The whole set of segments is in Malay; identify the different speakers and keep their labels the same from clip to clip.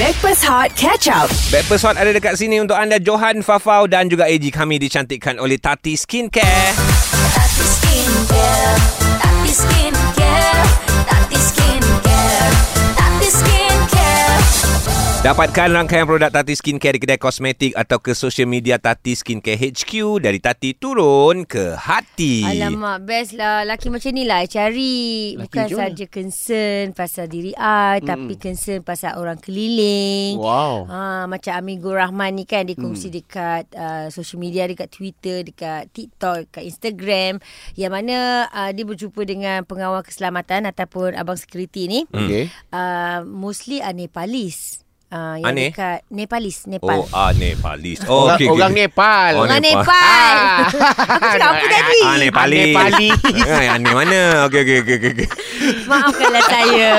Speaker 1: Backpass Hot Catch Up.
Speaker 2: Breakfast Hot ada dekat sini untuk anda Johan, Fafau dan juga AG kami dicantikkan oleh Tati Skincare.
Speaker 3: Tati Skincare, Tati Skincare, Tati Skincare, Tati Skincare.
Speaker 2: Dapatkan rangkaian produk Tati Skincare di kedai kosmetik atau ke social media Tati Skincare HQ dari Tati turun ke hati.
Speaker 4: Alamak, best lah. Laki macam ni lah I cari.
Speaker 5: Laki
Speaker 4: Bukan
Speaker 5: macam
Speaker 4: saja concern pasal diri I, mm. tapi concern pasal orang keliling.
Speaker 2: Hmm.
Speaker 5: Wow.
Speaker 4: Ha, macam Amigul Rahman ni kan, dia kongsi mm. dekat uh, social media, dekat Twitter, dekat TikTok, dekat Instagram. Yang mana uh, dia berjumpa dengan pengawal keselamatan ataupun abang security ni. Mm.
Speaker 5: Okay.
Speaker 4: Uh, mostly are Nepalis. Uh, yang
Speaker 2: Aneh?
Speaker 4: dekat Nepalis,
Speaker 2: Oh,
Speaker 4: Nepal.
Speaker 2: ah, Nepalis. Oh,
Speaker 5: Orang,
Speaker 2: okay,
Speaker 5: orang
Speaker 2: okay.
Speaker 5: Nepal. Ah.
Speaker 2: Oh,
Speaker 4: Orang
Speaker 2: Nepal.
Speaker 4: Nepal. Aku cakap apa tadi?
Speaker 2: Ah, Nepalis.
Speaker 5: Ah, Nepalis.
Speaker 2: Ay, aneh mana? Okey, okey, okey. Okay, okay.
Speaker 4: Maafkanlah saya.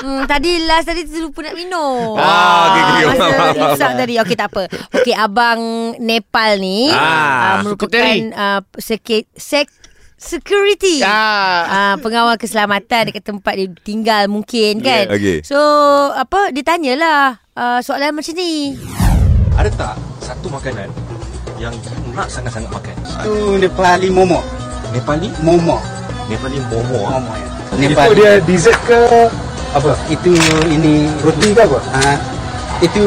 Speaker 4: Hmm, tadi last tadi terlupa nak minum.
Speaker 2: Ah, okey, okey.
Speaker 4: Masa
Speaker 2: Faham, faham,
Speaker 4: imsak tadi. Okey, tak apa. Okey, abang Nepal ni
Speaker 2: Ah,
Speaker 4: ah, uh, merupakan
Speaker 5: sekretari.
Speaker 4: uh, sek, sek, security.
Speaker 5: Ah.
Speaker 4: Ah, pengawal keselamatan dekat tempat dia tinggal mungkin kan.
Speaker 2: Yeah, okey.
Speaker 4: So, apa dia tanyalah uh, soalan macam ni.
Speaker 6: Ada tak satu makanan yang you nak sangat-sangat makan?
Speaker 7: Itu Nepali Momo.
Speaker 6: Nepali?
Speaker 7: Momo.
Speaker 6: Nepali momo ah.
Speaker 7: Momo ya. Nepali. Itu dia dessert ke apa? Itu ini roti ke apa? Uh, itu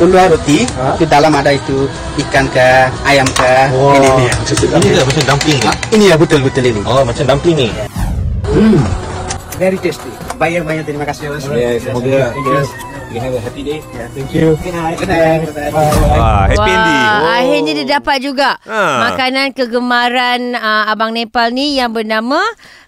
Speaker 7: unduan roti. Ha? Itu dalam ada itu ikan ke ayam ke.
Speaker 6: Oh,
Speaker 7: Ini dia.
Speaker 6: ini dia macam dumpling ni.
Speaker 7: Ah, ini ya betul betul ini.
Speaker 6: Oh, macam dumpling ni.
Speaker 7: Very tasty. Banyak banyak terima kasih.
Speaker 6: Ya, semoga you have a happy day. Thank you.
Speaker 7: Good night. Good night.
Speaker 2: Wah, Ah, happy
Speaker 4: Wah,
Speaker 2: ending.
Speaker 4: akhirnya dia dapat juga
Speaker 2: Ha.
Speaker 4: makanan kegemaran uh, abang Nepal ni yang bernama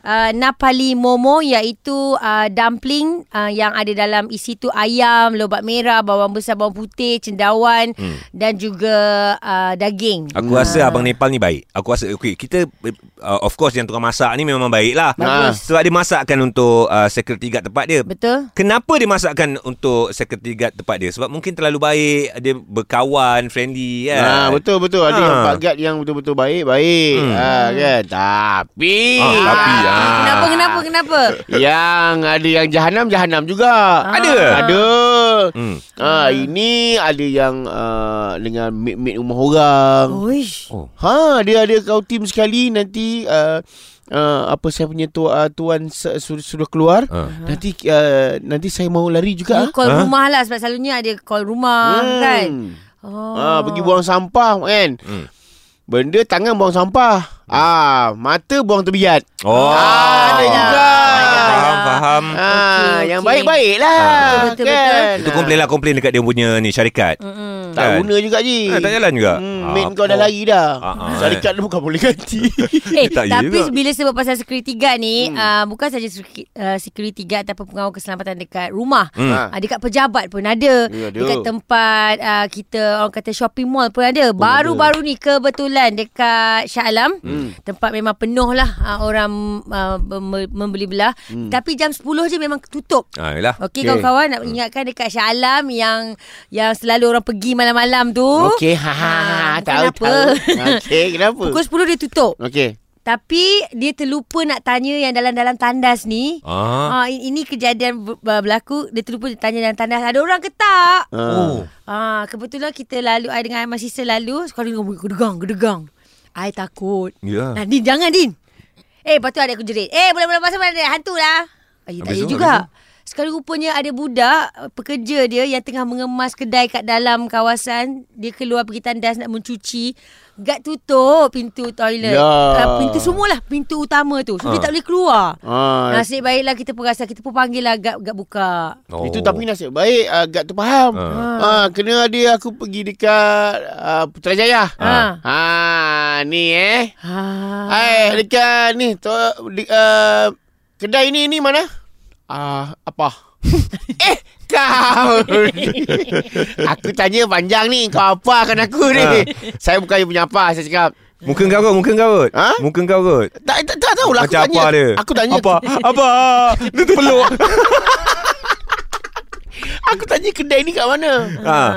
Speaker 4: uh, Napali Momo iaitu uh, dumpling uh, yang ada dalam isi tu ayam, lobak merah, bawang besar, bawang putih, cendawan hmm. dan juga uh, daging.
Speaker 2: Aku rasa abang Nepal ni baik. Aku rasa okay, kita uh, of course yang tukang masak ni memang baik lah.
Speaker 4: Bagus.
Speaker 2: Sebab dia masakkan untuk uh, security guard tempat dia.
Speaker 4: Betul?
Speaker 2: Kenapa dia masakkan untuk security guard tempat dia? Sebab mungkin terlalu baik, dia berkawan, friendly kan.
Speaker 5: Ah betul betul ada
Speaker 2: Ah.
Speaker 5: yang Pak Gad yang betul-betul baik baik
Speaker 2: Hmm.
Speaker 5: ah kan tapi
Speaker 2: Ah, tapi, ah.
Speaker 4: Kenapa kenapa kenapa?
Speaker 5: yang ada yang jahanam jahanam juga
Speaker 4: Ah.
Speaker 2: Ada?
Speaker 5: ada
Speaker 2: Hmm.
Speaker 5: ah ini ada yang ah, dengan mate-mate rumah orang
Speaker 4: Oish.
Speaker 5: Ha, dia ada kau tim sekali nanti uh, uh, apa saya punya tu, uh, tuan s- suruh, suruh keluar.
Speaker 2: Ha.
Speaker 4: Uh-huh.
Speaker 5: Nanti uh, nanti saya mau lari juga.
Speaker 4: You
Speaker 5: ah.
Speaker 4: call
Speaker 2: Ha?
Speaker 4: rumah lah sebab selalunya ada call rumah
Speaker 5: Hmm.
Speaker 4: kan.
Speaker 5: Ha,
Speaker 4: Oh.
Speaker 5: pergi buang sampah kan.
Speaker 2: Hmm.
Speaker 5: Benda tangan buang sampah. Ah, mata buang terbiat.
Speaker 2: Oh.
Speaker 5: Ah, ada juga.
Speaker 2: Faham, faham.
Speaker 5: Ah,
Speaker 4: Okey,
Speaker 5: yang
Speaker 4: okey.
Speaker 5: baik-baik lah.
Speaker 4: Betul, betul, betul.
Speaker 5: kan?
Speaker 2: Itu komplain lah komplain dekat dia punya ni syarikat.
Speaker 4: Mm-mm.
Speaker 5: Tak
Speaker 2: kan?
Speaker 5: guna juga je.
Speaker 2: Ah, tak jalan juga.
Speaker 5: Hmm,
Speaker 2: Ah,
Speaker 5: mate kau dah
Speaker 2: apa?
Speaker 5: lari dah.
Speaker 2: Ah, ah,
Speaker 5: Syarikat lu bukan boleh ganti.
Speaker 4: Eh,
Speaker 2: Tak,
Speaker 4: tak
Speaker 2: ya
Speaker 4: tapi
Speaker 2: juga.
Speaker 4: bila sebut pasal security guard ni, hmm. uh, bukan saja security, uh, security guard ataupun pengawal keselamatan dekat rumah.
Speaker 2: Hmm.
Speaker 5: Ha. Ah.
Speaker 4: Uh, dekat pejabat pun ada.
Speaker 5: Ya, ada.
Speaker 4: Dekat tempat uh, kita orang kata shopping mall pun ada. Baru-baru ni kebetulan dekat Shah Alam, hmm. tempat memang penuh lah uh, orang uh, mem- membeli belah. Hmm. Tapi jam 10 je memang tutup.
Speaker 2: Ah, yelah.
Speaker 4: Okey okay. kawan-kawan nak ingatkan dekat Shah Alam yang yang selalu orang pergi malam-malam tu.
Speaker 5: Okey, ha ha
Speaker 4: Ah,
Speaker 5: ha. Tahu
Speaker 4: kenapa?
Speaker 5: tahu. Okey, kenapa?
Speaker 4: Pukul 10 dia tutup.
Speaker 5: Okey.
Speaker 4: Tapi dia terlupa nak tanya yang dalam-dalam tandas ni.
Speaker 2: Ah.
Speaker 4: Ah. i- ini kejadian ber- ber- berlaku. Dia terlupa dia tanya dalam tandas. Ada orang ke tak?
Speaker 5: Ah.
Speaker 2: Oh.
Speaker 4: Ah, kebetulan kita lalu, I dengan I my sister lalu. Sekarang dengar bunyi gedegang, gedegang. I takut.
Speaker 2: Ya.
Speaker 4: Nah, Din, jangan Din. Eh, lepas tu adik aku jerit. Eh, bulan-bulan pasal mana ada hantu lah. Eh, tak
Speaker 2: Habis
Speaker 4: ya
Speaker 2: tu,
Speaker 4: juga.
Speaker 2: habis
Speaker 4: Sekali rupanya ada budak, eh, pekerja dia yang tengah mengemas kedai kat dalam kawasan. Dia keluar pergi tandas nak mencuci. Gad tutup pintu toilet.
Speaker 5: Ya.
Speaker 4: Uh, pintu semualah, pintu utama tu. So,
Speaker 2: Ha.
Speaker 4: dia tak boleh keluar.
Speaker 5: Ah,
Speaker 4: Nasib baiklah kita perasan. Kita pun panggil lah gad, gad buka.
Speaker 2: Oh. Ah.
Speaker 5: Itu tapi nasib baik uh, Gad tu faham. Ha. Uh. kena dia aku pergi dekat uh, Putrajaya. Ha.
Speaker 4: Ah.
Speaker 5: Ha ni eh.
Speaker 2: Ah.
Speaker 4: Ha.
Speaker 5: Hai dekat ni tu di, uh, kedai ni ni mana? Ah apa? eh kau ni. Aku tanya panjang ni kau apa kan aku ni.
Speaker 2: Ah.
Speaker 5: Saya bukan punya apa saya cakap.
Speaker 2: Muka kau kot, muka kau kot.
Speaker 5: Ha?
Speaker 2: Muka kau kot.
Speaker 5: Tak tak, tak tahu lah aku
Speaker 2: Macam
Speaker 5: tanya.
Speaker 2: apa dia?
Speaker 5: Aku tanya
Speaker 2: Apa? Apa? Dia terpeluk.
Speaker 5: Aku tanya kedai ni kat mana?
Speaker 2: ha.
Speaker 5: Ah,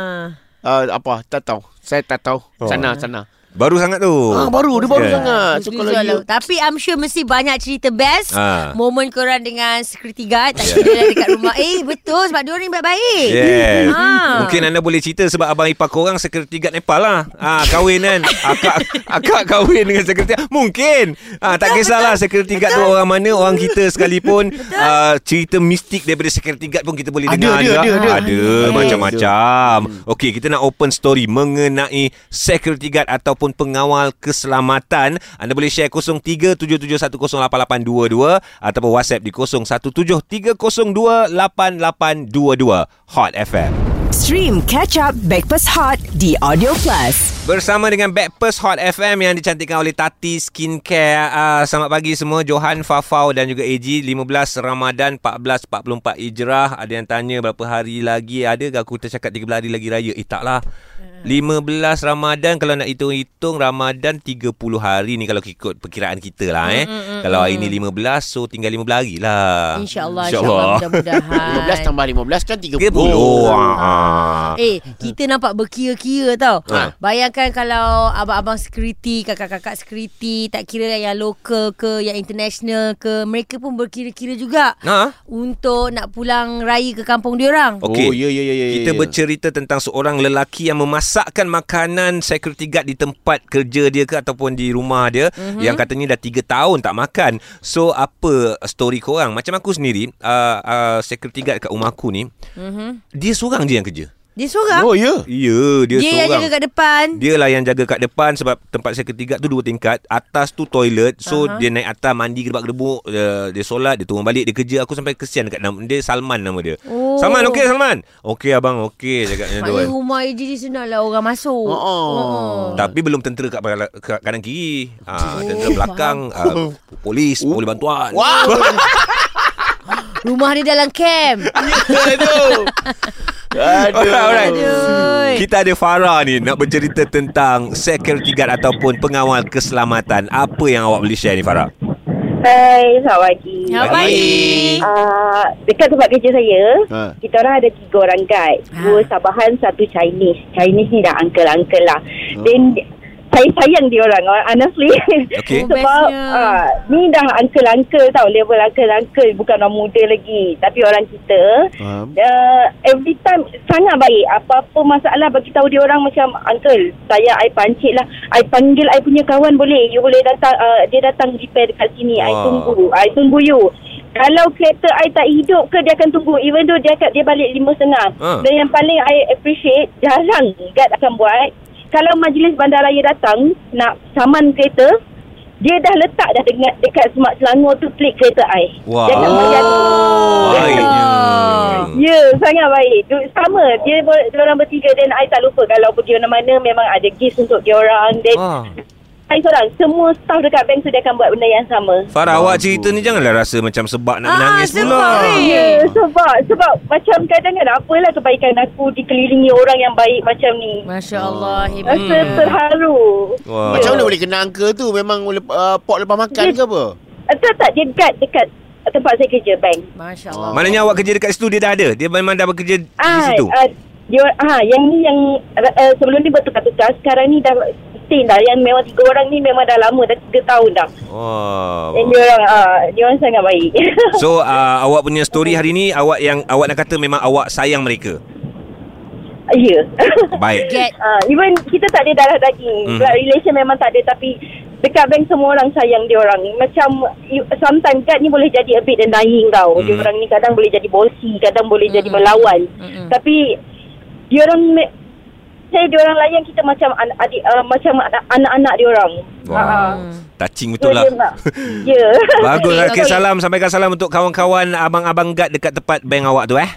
Speaker 2: Oh.
Speaker 5: Uh, apa? Tak tahu. Saya tak tahu. Sana sana.
Speaker 2: Baru sangat tu.
Speaker 5: Ah, baru dia baru
Speaker 2: Yeah.
Speaker 5: sangat. So
Speaker 4: Mesti
Speaker 5: kalau
Speaker 4: jual
Speaker 5: you,
Speaker 4: lah. Tapi I'm sure mesti banyak cerita best
Speaker 2: Ah.
Speaker 4: Momen korang dengan security guard Tak kira lah dekat rumah Eh betul sebab diorang ni baik-baik
Speaker 2: Yes.
Speaker 4: Ah.
Speaker 2: Mungkin anda boleh cerita sebab abang ipar korang security guard Nepal lah. Ah kahwin kan. akak akak kahwin dengan security. Mungkin. Ah tak kisahlah security guard tu orang mana, orang kita sekalipun ah, cerita mistik daripada security guard pun kita boleh
Speaker 5: Ada,
Speaker 2: dengar
Speaker 5: ada,
Speaker 2: juga.
Speaker 5: ada, ada. Hmm.
Speaker 2: ada
Speaker 4: Yes.
Speaker 2: macam-macam. Okey, kita nak open story mengenai security guard ataupun pengawal keselamatan. Anda boleh share 0377108822 ataupun WhatsApp di 0173028822 Hot FM.
Speaker 1: Stream Catch Up Backpass Hot di Audio Plus.
Speaker 2: Bersama dengan Backpast Hot FM yang dicantikkan oleh Tati Skincare. Uh, selamat pagi semua. Johan, Fafau dan juga AG. 15 Ramadan 1444 Hijrah. Ada yang tanya berapa hari lagi. Ada ke aku tercakap 13 hari lagi raya? Eh taklah.
Speaker 5: Hmm.
Speaker 2: 15 Ramadan kalau nak hitung-hitung Ramadan 30 hari ni kalau ikut perkiraan kita lah eh.
Speaker 5: Hmm,
Speaker 2: kalau hari ni 15 so tinggal 15 hari lah.
Speaker 4: InsyaAllah
Speaker 2: InsyaAllah.
Speaker 4: InsyaAllah mudah-mudahan
Speaker 5: 15 tambah 15 kan 30.
Speaker 2: 30.
Speaker 5: Oh.
Speaker 2: Ah.
Speaker 4: Eh, kita nampak berkia-kia tau.
Speaker 2: Ha.
Speaker 4: Ha. Bayangkan kalau abang-abang security, kakak-kakak security, tak kira lah yang lokal ke, yang international ke, mereka pun berkira-kira juga
Speaker 2: Ha.
Speaker 4: untuk nak pulang raya ke kampung diorang.
Speaker 2: Okey.
Speaker 5: Oh, ya, ya, ya, ya,
Speaker 2: Kita
Speaker 5: ya.
Speaker 2: bercerita tentang seorang lelaki yang memasakkan makanan security guard di tempat kerja dia ke ataupun di rumah dia mm-hmm. yang katanya dah 3 tahun tak makan. So apa story korang? Macam aku sendiri, uh, uh, security guard kat rumah aku ni, mm-hmm. dia seorang je yang kerja.
Speaker 4: Dia seorang.
Speaker 5: Oh ya.
Speaker 2: Ya, yeah, dia,
Speaker 4: dia yang
Speaker 2: seorang.
Speaker 4: jaga kat depan.
Speaker 2: Dia lah yang jaga kat depan sebab tempat security guard tu dua tingkat. Atas tu toilet. So uh-huh. dia naik atas mandi gedebak-gedebuk. Uh, dia solat, dia turun balik, dia kerja. Aku sampai kesian dekat nama. Dia Salman nama dia.
Speaker 4: Oh.
Speaker 2: Salman, okey Salman? Okey abang, okey cakapnya tu kan.
Speaker 4: Maknanya rumah AJ dia senang lah orang masuk. Ha.
Speaker 5: Oh, oh.
Speaker 2: Tapi belum tentera kat, bala- kat kanan kiri. Ah, tentera belakang. Ah, polis, boleh bantuan.
Speaker 5: Wow.
Speaker 4: Rumah dia dalam camp.
Speaker 5: Aduh. Aduh.
Speaker 2: Alright, alright.
Speaker 4: Aduh.
Speaker 2: Kita ada Farah ni nak bercerita tentang security guard ataupun pengawal keselamatan. Apa yang awak boleh share ni Farah?
Speaker 8: Hai, selamat pagi.
Speaker 4: Ya, baik.
Speaker 8: Uh, dekat tempat kerja saya,
Speaker 5: Ha.
Speaker 8: ha. kita orang ada tiga orang guide.
Speaker 4: Ha.
Speaker 8: Ha. Dua Sabahan, satu Chinese. Chinese ni dah uncle-uncle lah. Then, saya sayang dia orang, honestly.
Speaker 2: Okey.
Speaker 4: Oh,
Speaker 8: Sebab
Speaker 4: bestnya.
Speaker 8: uh, ni dah uncle-uncle tau. Level uncle-uncle. Bukan orang muda lagi. Tapi orang kita,
Speaker 5: Faham.
Speaker 8: uh, every time sangat baik. Apa-apa masalah bagi tahu dia orang macam, Uncle, saya I pancit lah. I panggil I punya kawan boleh. You boleh datang, uh, dia datang repair dekat sini. I
Speaker 2: Wah.
Speaker 8: tunggu. I tunggu you. Kalau kereta I tak hidup ke dia akan tunggu even though dia akan, dia balik lima setengah.
Speaker 2: Ha.
Speaker 8: Dan yang paling I appreciate jarang guard akan buat kalau majlis bandaraya datang nak saman kereta dia dah letak dah dekat, dekat Semak Selangor tu pelik kereta I.
Speaker 2: Wah.
Speaker 8: Dia akan bayar tu.
Speaker 2: Baiknya. Hmm.
Speaker 8: Ya, sangat baik. Du- Sama, dia, ber- dia orang bertiga dan I tak lupa kalau pergi mana-mana memang ada gift untuk dia orang. Dan
Speaker 2: Ah.
Speaker 8: I seorang, semua staff dekat bank tu dia akan buat benda yang sama.
Speaker 2: Farah awak cerita ni janganlah rasa macam sebab nak
Speaker 4: Ah,
Speaker 2: menangis
Speaker 4: sebab
Speaker 2: pula.
Speaker 4: ni.
Speaker 8: Ya, sebab sebab macam kadang-kadang apalah kebaikan aku dikelilingi orang yang baik macam ni.
Speaker 4: Masya Allah.
Speaker 2: Eh?
Speaker 4: Hebat.
Speaker 8: Rasa hmm. terharu.
Speaker 2: Wah.
Speaker 5: Macam mana boleh kenal uncle tu? Memang lep- uh, pot lepas makan ke apa?
Speaker 8: Eh, Tak tak dia guard dekat tempat saya kerja bank.
Speaker 4: Masya Allah.
Speaker 2: Maknanya awak kerja dekat situ dia dah ada. Dia memang dah bekerja di
Speaker 8: Ah,
Speaker 2: situ.
Speaker 8: ah, dia ah yang ni yang uh, sebelum ni bertukar-tukar sekarang ni dah stay dah yang memang tiga orang ni memang dah lama dah tiga tahun dah.
Speaker 2: Wah.
Speaker 8: Dan dia orang ah dia orang sangat baik.
Speaker 2: So uh, awak punya story hari ni awak yang awak nak kata memang awak sayang mereka.
Speaker 8: ya.
Speaker 2: Baik.
Speaker 4: Get.
Speaker 8: Ah, even kita tak ada darah daging.
Speaker 2: Hmm.
Speaker 8: Mm. Blood relation memang tak ada tapi dekat bank semua orang sayang dia orang. Macam you- sometimes guard ni boleh jadi a bit annoying tau. Mm. Dia
Speaker 2: Hmm.
Speaker 8: orang ni kadang boleh jadi bosi, kadang boleh jadi melawan.
Speaker 4: Mm-mm.
Speaker 8: Tapi dia orang me- saya dia orang layan kita macam an- adik uh, macam an- anak-anak dia orang.
Speaker 4: Ha,
Speaker 2: Wah. Touching betul lah.
Speaker 8: Ya.
Speaker 2: Bagus.
Speaker 4: Okey,
Speaker 2: Okay,
Speaker 4: okey.
Speaker 2: salam. Sampaikan salam untuk kawan-kawan abang-abang guard dekat tempat bank awak tu eh.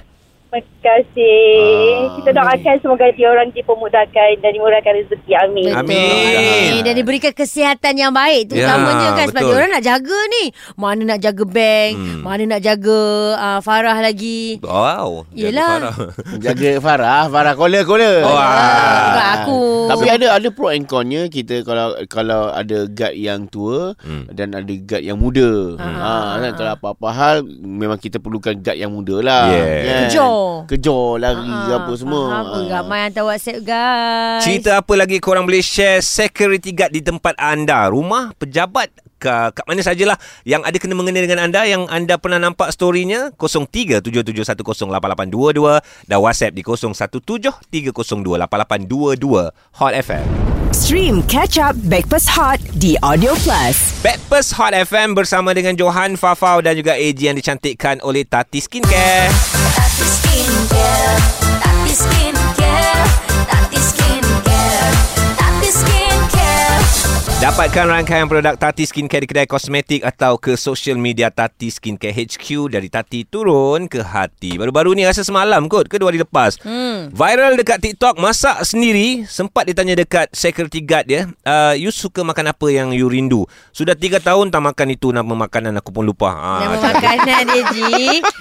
Speaker 8: Terima kasih.
Speaker 5: Ah.
Speaker 8: Kita doakan semoga dia orang dipermudahkan dan dimurahkan rezeki. Amin.
Speaker 4: Betul.
Speaker 2: Amin.
Speaker 4: Eh, Dan diberikan kesihatan yang baik tu
Speaker 2: Ya,
Speaker 4: utamanya kan sebab
Speaker 2: betul.
Speaker 4: orang nak jaga ni. Mana nak jaga bank,
Speaker 2: Hmm.
Speaker 4: hmm. mana nak jaga uh, Farah lagi.
Speaker 2: Wow.
Speaker 4: Yelah.
Speaker 5: Jaga Farah. Farah kola kola.
Speaker 2: Oh, ah.
Speaker 4: Bukan aku.
Speaker 5: Tapi ada ada pro and connya kita kalau kalau ada guard yang tua
Speaker 2: Hmm.
Speaker 5: hmm. dan ada guard yang muda.
Speaker 4: Ah.
Speaker 5: Ha, kan, kalau apa-apa hal memang kita perlukan guard yang muda lah.
Speaker 2: Yeah.
Speaker 5: Kan?
Speaker 4: Kejar.
Speaker 5: Kejar kejar lari uh, apa semua.
Speaker 4: Faham,
Speaker 5: Ah.
Speaker 4: ramai hantar WhatsApp guys.
Speaker 2: Cerita apa lagi korang boleh share security guard di tempat anda, rumah, pejabat, ke, kat mana sajalah yang ada kena mengena dengan anda yang anda pernah nampak storynya 0377108822 dan WhatsApp di 0173028822 Hot FM.
Speaker 1: Stream Catch Up Backpass Hot The Audio Plus.
Speaker 2: Backpast Hot FM bersama dengan Johan, Fafau dan juga AG yang dicantikkan oleh Tati Skincare.
Speaker 3: Tati Skincare, Tati Skincare, Tati Skincare, Tati Skincare.
Speaker 2: Dapatkan rangkaian produk Tati Skincare di kedai kosmetik atau ke social media Tati Skincare HQ dari Tati turun ke hati. Baru-baru ni rasa semalam kot ke dua hari lepas. Hmm. Viral dekat TikTok masak sendiri. Sempat ditanya dekat security guard dia, uh, you suka makan apa yang you rindu? Sudah tiga tahun tak makan itu nama makanan aku pun lupa.
Speaker 4: Nama
Speaker 2: Ha.
Speaker 4: makanan dia Ji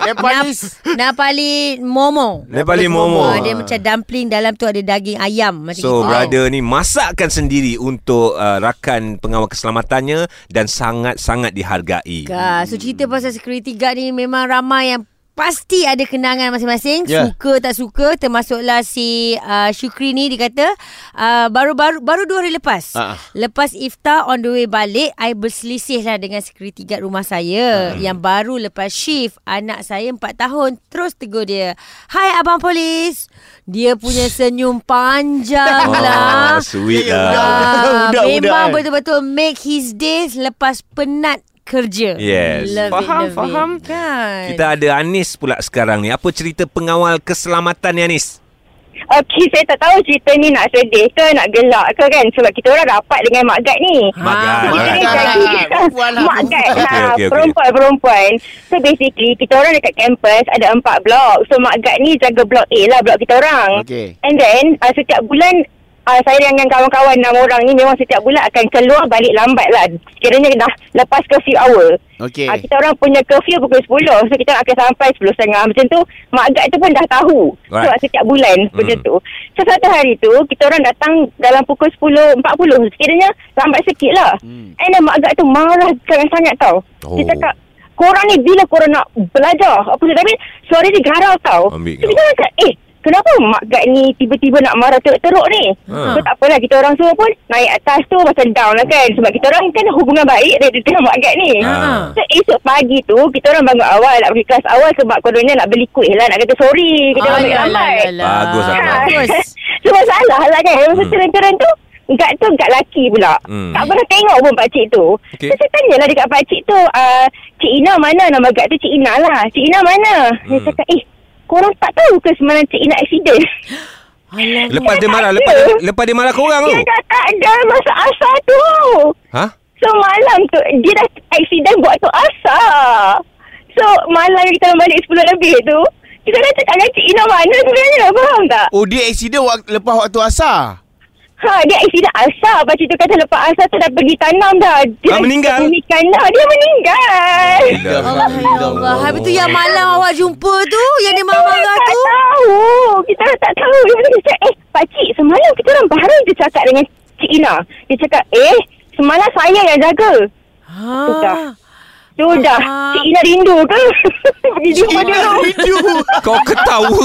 Speaker 5: Nepalese.
Speaker 4: Nap- Napali Momo
Speaker 2: Nepali Momo.
Speaker 4: Ah, Dia macam dumpling Dalam tu ada daging ayam macam
Speaker 2: So
Speaker 4: gitu.
Speaker 2: brother ni masakkan sendiri untuk uh, rakan pengawal keselamatannya dan sangat-sangat dihargai.
Speaker 4: Kak, So cerita pasal security guard ni Memang ramai yang Pasti ada kenangan masing-masing yeah.
Speaker 5: Ya.
Speaker 4: Suka tak suka Termasuklah si uh, Syukri ni Dia kata uh, Baru-baru Baru dua hari lepas
Speaker 5: Ah.
Speaker 4: Lepas iftar On the way balik I berselisih lah Dengan security guard rumah saya Yang baru lepas shift Anak saya empat tahun Terus tegur dia Hai abang polis Dia punya senyum panjang lah
Speaker 2: Oh, sweet
Speaker 5: Ya, ya,
Speaker 2: lah.
Speaker 4: Ah,
Speaker 5: Budak-budak
Speaker 4: memang
Speaker 5: kan?
Speaker 4: betul-betul make his days lepas penat kerja.
Speaker 2: Yes.
Speaker 4: Love
Speaker 2: Faham,
Speaker 4: it, love
Speaker 2: faham.
Speaker 4: It. Kan?
Speaker 2: Kita ada Anis pula sekarang ni. Apa cerita pengawal keselamatan ni Anis?
Speaker 8: Okey, saya tak tahu cerita ni nak sedih ke, nak gelak ke kan. Sebab kita orang rapat dengan Mak Gad ni.
Speaker 4: Ha,
Speaker 2: Magat.
Speaker 4: Mak
Speaker 5: Magat.
Speaker 8: Jadi
Speaker 5: Mak
Speaker 8: jadi
Speaker 5: Gad. Perempuan lah.
Speaker 8: Mak Gad
Speaker 2: Okey,
Speaker 8: lah
Speaker 2: okey, okey.
Speaker 8: Perempuan-perempuan So basically Kita orang dekat kampus Ada empat blok So Mak Gad ni Jaga blok A lah Blok kita orang
Speaker 5: Okey.
Speaker 8: And then uh, Setiap bulan uh, Saya dengan kawan-kawan Enam orang ni Memang setiap bulan Akan keluar balik lambat lah Sekiranya dah Lepas curfew hour
Speaker 5: Okey.
Speaker 8: Ah, kita orang punya curfew pukul 10 So kita orang akan sampai 10.30 Macam tu Mak Gad tu pun dah tahu
Speaker 2: Right.
Speaker 8: So setiap bulan
Speaker 2: Hmm.
Speaker 8: mm. Benda tu So satu hari tu Kita orang datang Dalam pukul 10.40 Sekiranya lambat sikit lah mm. And then Mak Gad tu marah sangat-sangat tau
Speaker 2: Hmm. Oh.
Speaker 8: Dia cakap Korang ni bila korang nak belajar Apa tu Tapi suara dia garau tau
Speaker 2: Ambil
Speaker 8: So
Speaker 2: kau.
Speaker 8: kita orang cakap Eh Kenapa Mak Gad ni tiba-tiba nak marah teruk-teruk ni?
Speaker 2: Ha.
Speaker 8: So tak apalah kita orang semua pun naik atas tu macam down lah kan. Sebab kita orang kan hubungan baik dari dengan Mak Gad ni.
Speaker 2: Ah.
Speaker 8: So esok pagi tu Kita orang bangun awal Nak pergi kelas awal Sebab kononnya nak beli kuih lah Nak kata sorry
Speaker 4: Ah,
Speaker 8: Kita orang ambil lambat
Speaker 2: Bagus,
Speaker 4: Bagus.
Speaker 8: So masalah lah kan Masa
Speaker 2: Hmm.
Speaker 8: hmm. turun-turun tu Gak tu gak laki pula
Speaker 2: Hmm.
Speaker 8: hmm. Tak pernah tengok pun pakcik tu
Speaker 2: Okey.
Speaker 8: okay. So saya tanyalah dekat pakcik tu uh, Cik Ina mana Nama gak tu Cik Ina lah Cik Ina mana Dia
Speaker 2: Hmm.
Speaker 8: cakap Eh korang tak tahu ke Semalam Cik Ina accident
Speaker 4: Alamak.
Speaker 2: Lepas dia marah, lepas dia, lepas dia marah korang tu.
Speaker 4: Ya,
Speaker 8: Dia dah tak ada Masa asal tu
Speaker 2: Ha?
Speaker 8: So malam tu Dia dah accident buat tu asa So malam yang kita orang balik 10 lebih tu Kita dah cakap dengan Cik Ina mana sebenarnya Faham tak?
Speaker 5: Oh dia accident wak- lepas waktu asar.
Speaker 8: Ha dia accident asa Pakcik tu kata lepas asa tu dah pergi tanam dah
Speaker 2: Ah,
Speaker 8: Dia
Speaker 2: meninggal?
Speaker 8: Meninggal dah Dia meninggal
Speaker 4: Allah, Allah. Allah. Habis tu
Speaker 2: Oh.
Speaker 4: yang malam awak jumpa tu Yang dia marah-marah
Speaker 8: tak
Speaker 4: tu
Speaker 8: tahu Kita orang tak tahu Lepas tu Dia cakap Eh pakcik semalam kita orang baru je cakap dengan Cik Ina Dia cakap eh Semalam saya yang jaga
Speaker 4: ha.
Speaker 8: Sudah Sudah
Speaker 4: Ah.
Speaker 8: Cik Ina rindu ke? Pergi jumpa dia tu.
Speaker 5: Video.
Speaker 2: Kau ketawa.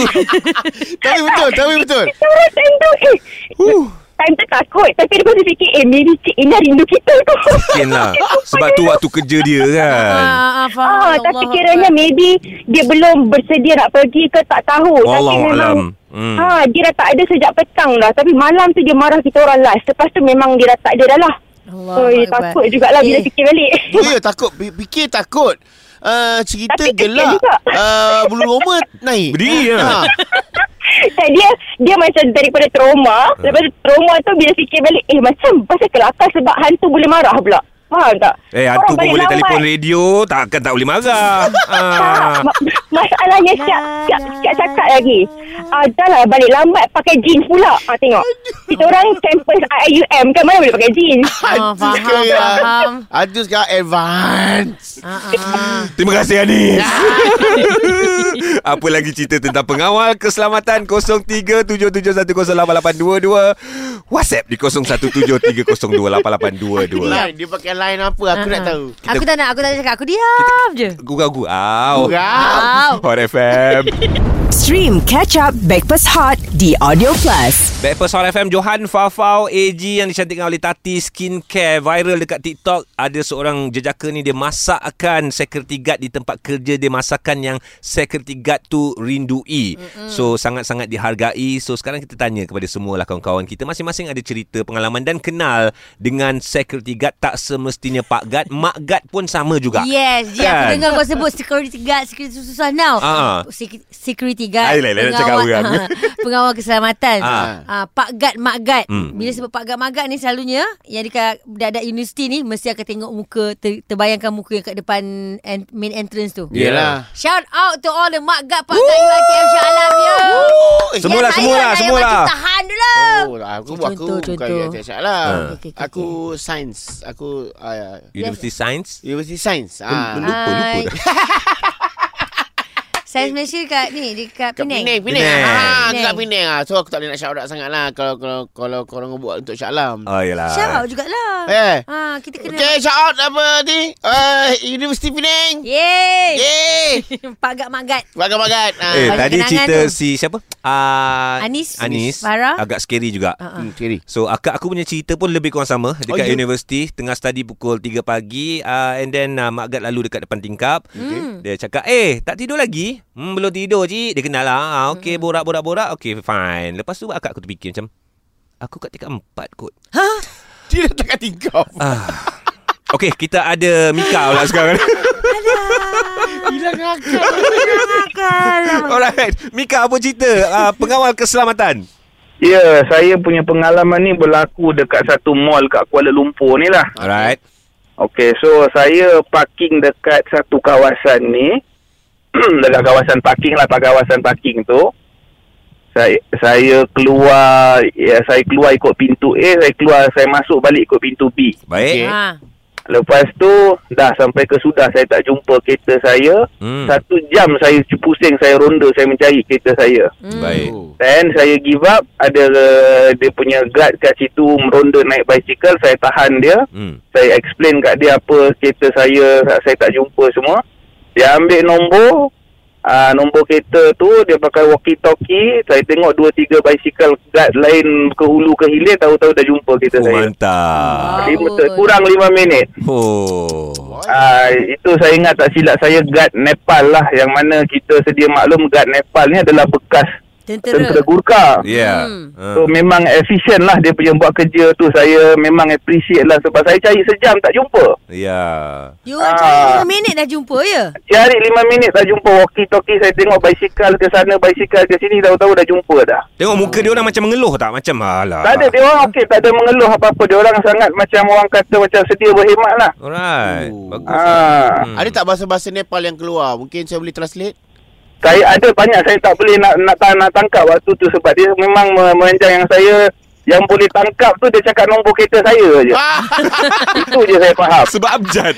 Speaker 5: tapi betul, tapi betul.
Speaker 8: Kita orang time tu Eh
Speaker 5: Huh.
Speaker 8: Time tu takut Tapi lepas tu fikir Eh maybe Cik Ina rindu kita tu
Speaker 2: Mungkin lah. Sebab tu waktu kerja dia
Speaker 4: Ah,
Speaker 2: kan.
Speaker 4: ah, ah, faham.
Speaker 8: Ah,
Speaker 4: Allah
Speaker 8: tapi kiranya maybe dia belum bersedia nak pergi ke tak tahu. tapi
Speaker 2: Wallahu
Speaker 8: memang
Speaker 2: alam. Hmm.
Speaker 8: Ha, dia dah tak ada sejak petang dah. Tapi malam tu dia marah kita orang last. Lepas tu memang dia dah tak ada dah lah.
Speaker 4: Allah
Speaker 8: So,
Speaker 4: Akbar.
Speaker 8: takut jugalah bila
Speaker 4: Eh.
Speaker 8: fikir balik.
Speaker 5: Oh, ya takut Pi- fikir takut. Uh, cerita
Speaker 8: Tapi kesian
Speaker 5: gelak
Speaker 8: juga.
Speaker 5: uh, bulu roma naik. Ah.
Speaker 2: Berdiri lah.
Speaker 8: Tak, dia dia macam daripada trauma. Lepas tu trauma tu bila fikir balik, eh macam pasal kelakar sebab hantu boleh marah pula. Faham tak?
Speaker 2: Eh,
Speaker 8: Orang
Speaker 2: hantu pun
Speaker 8: balik
Speaker 2: boleh
Speaker 8: lambat.
Speaker 2: telefon radio. Takkan tak boleh marah. Ah.
Speaker 8: Ma- Masalahnya siap, siap, siap cakap lagi. Ah, dah lah balik lambat pakai jeans pula. Ah, tengok. Kita orang campus IUM kan mana boleh pakai jeans.
Speaker 4: Ah, faham, faham.
Speaker 5: Itu sekarang advance.
Speaker 4: Ah, ah, ah.
Speaker 2: Terima kasih Anis. Apa lagi cerita tentang pengawal keselamatan 0377108822 WhatsApp di 0173028822.
Speaker 5: Line, dia pakai line apa aku
Speaker 4: Ah,
Speaker 5: nak tahu.
Speaker 4: Aku
Speaker 5: Oh.
Speaker 4: tak nak Aku tak nak cakap Aku diam je
Speaker 5: Ah.
Speaker 2: Gurau-gurau.
Speaker 5: Gurau.
Speaker 2: Hot FM.
Speaker 1: Stream Catch Up Backpass Hot di Audio Plus.
Speaker 2: Breakfast Hot FM Johan Fafau AG yang dicantikkan oleh Tati Skincare viral dekat TikTok ada seorang jejaka ni dia masakkan security guard di tempat kerja dia masakan yang security guard tu rindui Mm-mm. so sangat-sangat dihargai so sekarang kita tanya kepada semualah kawan-kawan kita masing-masing ada cerita pengalaman dan kenal dengan security guard tak semestinya pak guard mak guard pun sama juga
Speaker 4: Yes, je aku dengar kau sebut security guard, security susah now.
Speaker 2: Kan? Ah.
Speaker 4: Sek- Security guard.
Speaker 2: Ah, yelah, yelah, nak cakap orang.
Speaker 4: ah, pengawal keselamatan.
Speaker 2: Ah.
Speaker 4: Ah, pak guard, mak guard.
Speaker 2: Hmm.
Speaker 4: Bila sebut pak guard, mak guard ni selalunya yang dekat budak-budak universiti ni mesti akan tengok muka ter- terbayangkan muka yang kat depan en- main entrance tu.
Speaker 2: Yeah.
Speaker 5: Yelah.
Speaker 4: Shout out to all the mak guard, pak guard UiTM Shah Alam ya.
Speaker 2: Semualah,
Speaker 4: Yang
Speaker 2: semualah,
Speaker 4: saya,
Speaker 2: semualah.
Speaker 4: Saya macam tahan dulu.
Speaker 5: Oh, aku buat aku
Speaker 4: Contoh,
Speaker 5: bukan
Speaker 4: contoh.
Speaker 5: UiTM Shah
Speaker 2: Ah.
Speaker 5: Alam.
Speaker 4: Okey, okey, okey.
Speaker 5: Aku sains. Aku uh,
Speaker 2: University Science
Speaker 5: University Sains. Ah.
Speaker 2: lupa lupa
Speaker 4: Hai. Saya Malaysia kat ni, dekat
Speaker 5: Kat
Speaker 4: Penang.
Speaker 5: Penang,
Speaker 2: Penang.
Speaker 5: Penang. Ah, aku kat
Speaker 4: Penang.
Speaker 5: Penang. Ah, so aku tak boleh nak shout out sangat lah kalau kalau kalau korang buat untuk Shah Alam.
Speaker 2: oh yelah
Speaker 4: Shout out jugalah.
Speaker 5: Eh.
Speaker 4: Ha, kita kena.
Speaker 5: Okay, shout out apa ni? Uh, University Penang.
Speaker 4: Yeay.
Speaker 5: Yeay.
Speaker 4: Pak Gad Mak Gad.
Speaker 5: Bagat-bagat. Ah.
Speaker 2: Eh,
Speaker 4: Banyak
Speaker 2: tadi
Speaker 4: kenangan
Speaker 2: cerita
Speaker 4: tu.
Speaker 2: si siapa? Uh,
Speaker 4: Anis.
Speaker 2: Anis.
Speaker 4: Farah.
Speaker 2: Agak scary juga.
Speaker 4: Ha, ha.
Speaker 5: Hmm, kiri.
Speaker 2: So akak aku punya cerita pun lebih kurang sama dekat
Speaker 5: Oh, you-
Speaker 2: universiti tengah study pukul 3 pagi uh, and then uh, mak gad lalu dekat depan tingkap
Speaker 4: Hmm.
Speaker 2: okay. dia cakap eh tak tidur lagi hmm, belum tidur cik dia kenal lah ah, okey
Speaker 4: Hmm.
Speaker 2: borak borak borak okey fine lepas tu akak aku terfikir macam aku kat tingkat 4 kot
Speaker 5: Dia dah tak tingkap.
Speaker 2: Ah. okey kita ada Mika pula sekarang
Speaker 5: Hilang akal.
Speaker 2: alright Mika apa cerita uh, pengawal keselamatan
Speaker 9: Ya, saya punya pengalaman ni berlaku dekat satu mall kat Kuala Lumpur ni lah.
Speaker 2: alright
Speaker 9: Okey, so saya parking dekat satu kawasan ni. dekat kawasan parking lah, kawasan parking tu. Saya saya keluar ya, saya keluar ikut pintu A, saya keluar saya masuk balik ikut pintu B.
Speaker 2: baik
Speaker 5: Okey.
Speaker 4: Ha.
Speaker 9: Lepas tu dah sampai ke sudah saya tak jumpa kereta saya.
Speaker 2: Hmm.
Speaker 9: Satu jam saya pusing, saya ronda, saya mencari kereta saya.
Speaker 2: Hmm. baik
Speaker 9: Then saya give up Ada uh, Dia punya guard kat situ Meronda naik bicycle Saya tahan dia
Speaker 2: hmm.
Speaker 9: Saya explain kat dia Apa kereta saya Saya tak jumpa semua Dia ambil nombor uh, Nombor kereta tu Dia pakai walkie-talkie Saya tengok 2-3 bicycle guard lain Ke hulu ke hilir Tahu-tahu dah jumpa kereta
Speaker 2: oh
Speaker 9: saya
Speaker 2: mantap
Speaker 9: lima, Kurang 5 minit
Speaker 2: oh
Speaker 9: Ah itu saya ingat tak silap saya guard Nepal lah yang mana kita sedia maklum guard Nepal ni adalah bekas
Speaker 4: Tentera.
Speaker 9: tentera Gurkha.
Speaker 2: Yeah.
Speaker 4: Hmm.
Speaker 2: Uh.
Speaker 9: So memang efisien lah dia punya buat kerja tu saya memang appreciate lah sebab saya cari sejam tak jumpa.
Speaker 2: ya. Yeah.
Speaker 4: You orang cari
Speaker 9: Ah.
Speaker 4: lima minit dah jumpa ya?
Speaker 9: Cari lima minit tak jumpa walkie talkie saya tengok basikal ke sana basikal ke sini tahu-tahu dah jumpa dah.
Speaker 2: Tengok muka dia orang macam mengeluh tak? Macam alah.
Speaker 9: Tak ada dia orang okey tak ada mengeluh apa-apa dia orang sangat macam orang kata macam sedia berhemat lah.
Speaker 2: Alright.
Speaker 5: Oh.
Speaker 2: Bagus.
Speaker 9: Ah,
Speaker 2: Hmm.
Speaker 5: Ada tak bahasa-bahasa Nepal yang keluar? Mungkin saya boleh translate?
Speaker 9: saya ada banyak saya tak boleh nak nak, tak, nak tangkap waktu tu sebab dia memang me- meranjang yang saya yang boleh tangkap tu dia cakap nombor kereta saya je.
Speaker 2: Ah.
Speaker 9: itu je saya faham.
Speaker 2: Sebab abjad.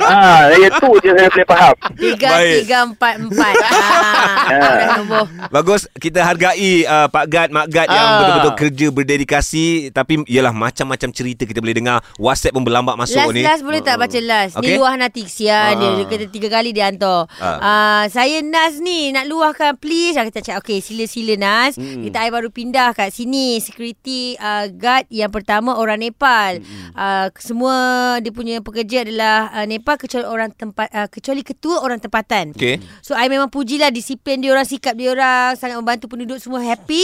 Speaker 9: Ah, itu je saya boleh faham.
Speaker 4: Tiga,
Speaker 2: Baik.
Speaker 4: tiga, empat, empat. Ha.
Speaker 9: Ah.
Speaker 4: Dah nombor.
Speaker 2: Bagus kita hargai uh, Pak Gad, Mak Gad yang
Speaker 5: Ah.
Speaker 2: betul-betul kerja berdedikasi tapi ialah macam-macam cerita kita boleh dengar. WhatsApp pun berlambak masuk
Speaker 4: last,
Speaker 2: ni.
Speaker 4: last boleh tak baca last okay. Ni
Speaker 2: Okey.
Speaker 4: luah nanti Kesian dia Dia kata tiga kali dia hantar
Speaker 2: Ah.
Speaker 4: uh. Uh, Saya Nas ni Nak luahkan please Aku cakap Okay sila-sila Nas hmm. Kita I baru pindah kat sini Security uh, guard Yang pertama orang Nepal hmm. uh, Semua Dia punya pekerja adalah uh, Nepal kecuali orang tempat uh, Kecuali ketua orang tempatan
Speaker 2: Okey.
Speaker 4: So I memang pujilah disiplin dia orang, sikap dia orang sangat membantu penduduk semua happy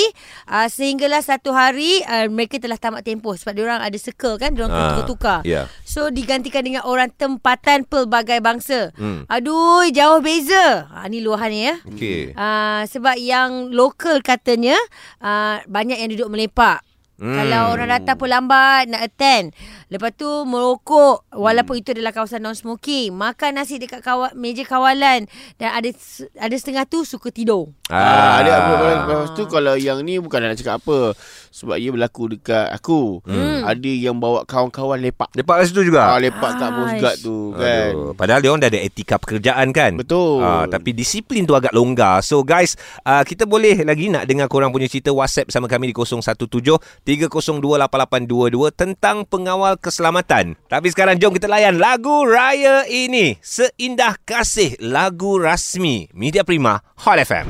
Speaker 4: uh, sehinggalah satu hari uh, mereka telah tamat tempoh sebab dia orang ada circle kan, dia orang
Speaker 2: Ah,
Speaker 4: tukar-tukar.
Speaker 2: ya.
Speaker 4: So digantikan dengan orang tempatan pelbagai bangsa. Hmm. Aduh, jauh beza. Ha ni luahan ni ya.
Speaker 2: Okey.
Speaker 4: Uh, sebab yang lokal katanya uh, banyak yang duduk melepak. Hmm. Kalau orang datang pun lambat nak attend. Lepas tu merokok walaupun itu adalah kawasan non smoking, makan nasi dekat kawa, meja kawalan dan ada s- ada setengah tu suka tidur.
Speaker 5: Ah, ada apa lepas tu kalau yang ni bukan nak cakap apa sebab ia berlaku dekat aku.
Speaker 2: Hmm.
Speaker 5: Ada yang bawa kawan-kawan lepak.
Speaker 2: Lepak kat situ juga.
Speaker 5: Ah, lepak kat
Speaker 4: Aish.
Speaker 5: post guard tu kan.
Speaker 2: Aduh, padahal dia orang dah ada etika pekerjaan kan.
Speaker 5: Betul.
Speaker 2: Ah, tapi disiplin tu agak longgar. So guys, ah, kita boleh lagi nak dengar korang punya cerita WhatsApp sama kami di 0173028822 tentang pengawal keselamatan. Tapi sekarang jom kita layan lagu raya ini. Seindah Kasih lagu rasmi Media Prima Hot FM.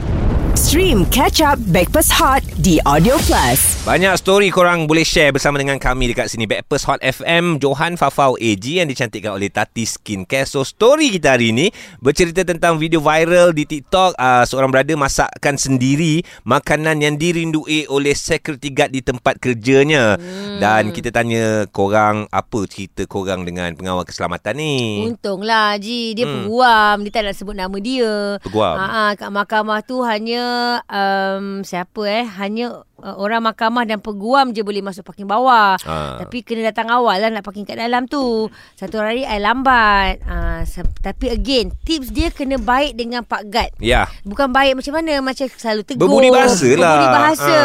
Speaker 1: Stream Catch Up Backpass Hot di Audio Plus.
Speaker 2: Banyak story korang boleh share bersama dengan kami dekat sini. Backpast Hot FM, Johan Fafau AG yang dicantikkan oleh Tati Skincare. So, story kita hari ini bercerita tentang video viral di TikTok. Uh, seorang brother masakkan sendiri makanan yang dirindui oleh security guard di tempat kerjanya. Hmm. Dan kita tanya korang apa cerita korang dengan pengawal keselamatan ni?
Speaker 4: Untunglah Ji Dia hmm. peguam Dia tak nak sebut nama dia
Speaker 2: Peguam.
Speaker 4: ha, Kat mahkamah tu hanya um, Siapa eh Hanya uh, orang mahkamah dan peguam je boleh masuk parking bawah
Speaker 2: Ha.
Speaker 4: Tapi kena datang awal lah nak parking kat dalam tu Satu hari I lambat ha, se- Tapi again Tips dia kena baik dengan Pak Gad
Speaker 2: Ya.
Speaker 4: Bukan baik macam mana Macam selalu tegur
Speaker 2: Berbudi bahasa lah.
Speaker 4: Berbudi bahasa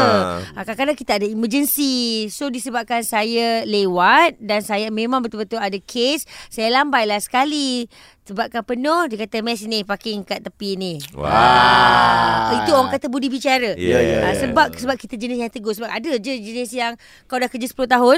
Speaker 2: Ha.
Speaker 4: ha. Kadang-kadang kita ada emergency So disebabkan saya lewat Dan saya memang betul-betul ada kes Saya lambai lah sekali Sebabkan penuh Dia kata Mes ni parking kat tepi ni Ah, itu orang kata budi bicara.
Speaker 2: Ya, ya,
Speaker 4: Ah,
Speaker 2: ya.
Speaker 4: sebab sebab kita jenis yang tegur sebab ada je jenis yang kau dah kerja 10 tahun,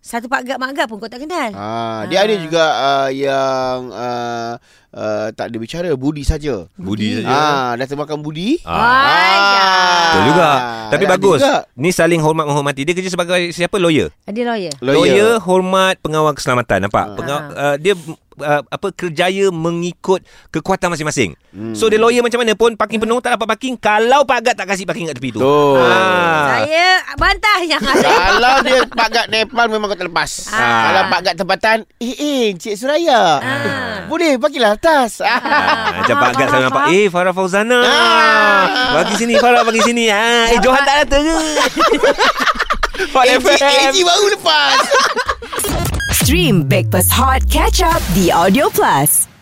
Speaker 4: satu pak gad mak gad pun kau tak kenal.
Speaker 5: Ah, dia ada juga uh, yang uh, uh, tak ada bicara budi saja.
Speaker 2: Budi saja.
Speaker 5: Ah, dah termakan budi.
Speaker 2: Ah.
Speaker 4: Ayah.
Speaker 2: Betul juga. Tapi
Speaker 5: Ah, ada
Speaker 2: bagus.
Speaker 5: juga.
Speaker 2: Ni saling hormat menghormati. Dia kerja sebagai siapa? Lawyer.
Speaker 4: Ada lawyer.
Speaker 2: Lawyer, lawyer hormat pengawal keselamatan nampak. Pengaw, uh, dia uh, apa kerjaya mengikut kekuatan masing-masing. Hmm. So dia lawyer macam mana pun parking penuh tak dapat parking kalau Pak Gad tak kasih parking kat tepi tu.
Speaker 5: Betul.
Speaker 2: Ah.
Speaker 4: Saya bantah yang ada.
Speaker 5: Kalau dia Pak Gad Nepal memang kau tak lepas.
Speaker 4: Ah.
Speaker 5: Kalau Pak Gad tempatan, eh eh Cik Suraya.
Speaker 4: Ah.
Speaker 5: Boleh bagilah atas.
Speaker 2: Ah, macam Pak Gad selalu
Speaker 4: Faham, faham,
Speaker 2: nampak
Speaker 4: faham.
Speaker 2: Eh Farah Fauzana Ah. Bagi sini Farah bagi sini ah, Eh Johan tak datang ke Hot FM
Speaker 5: Eji baru lepas.
Speaker 1: Stream Backpass Hot Catch Up di Audio Plus.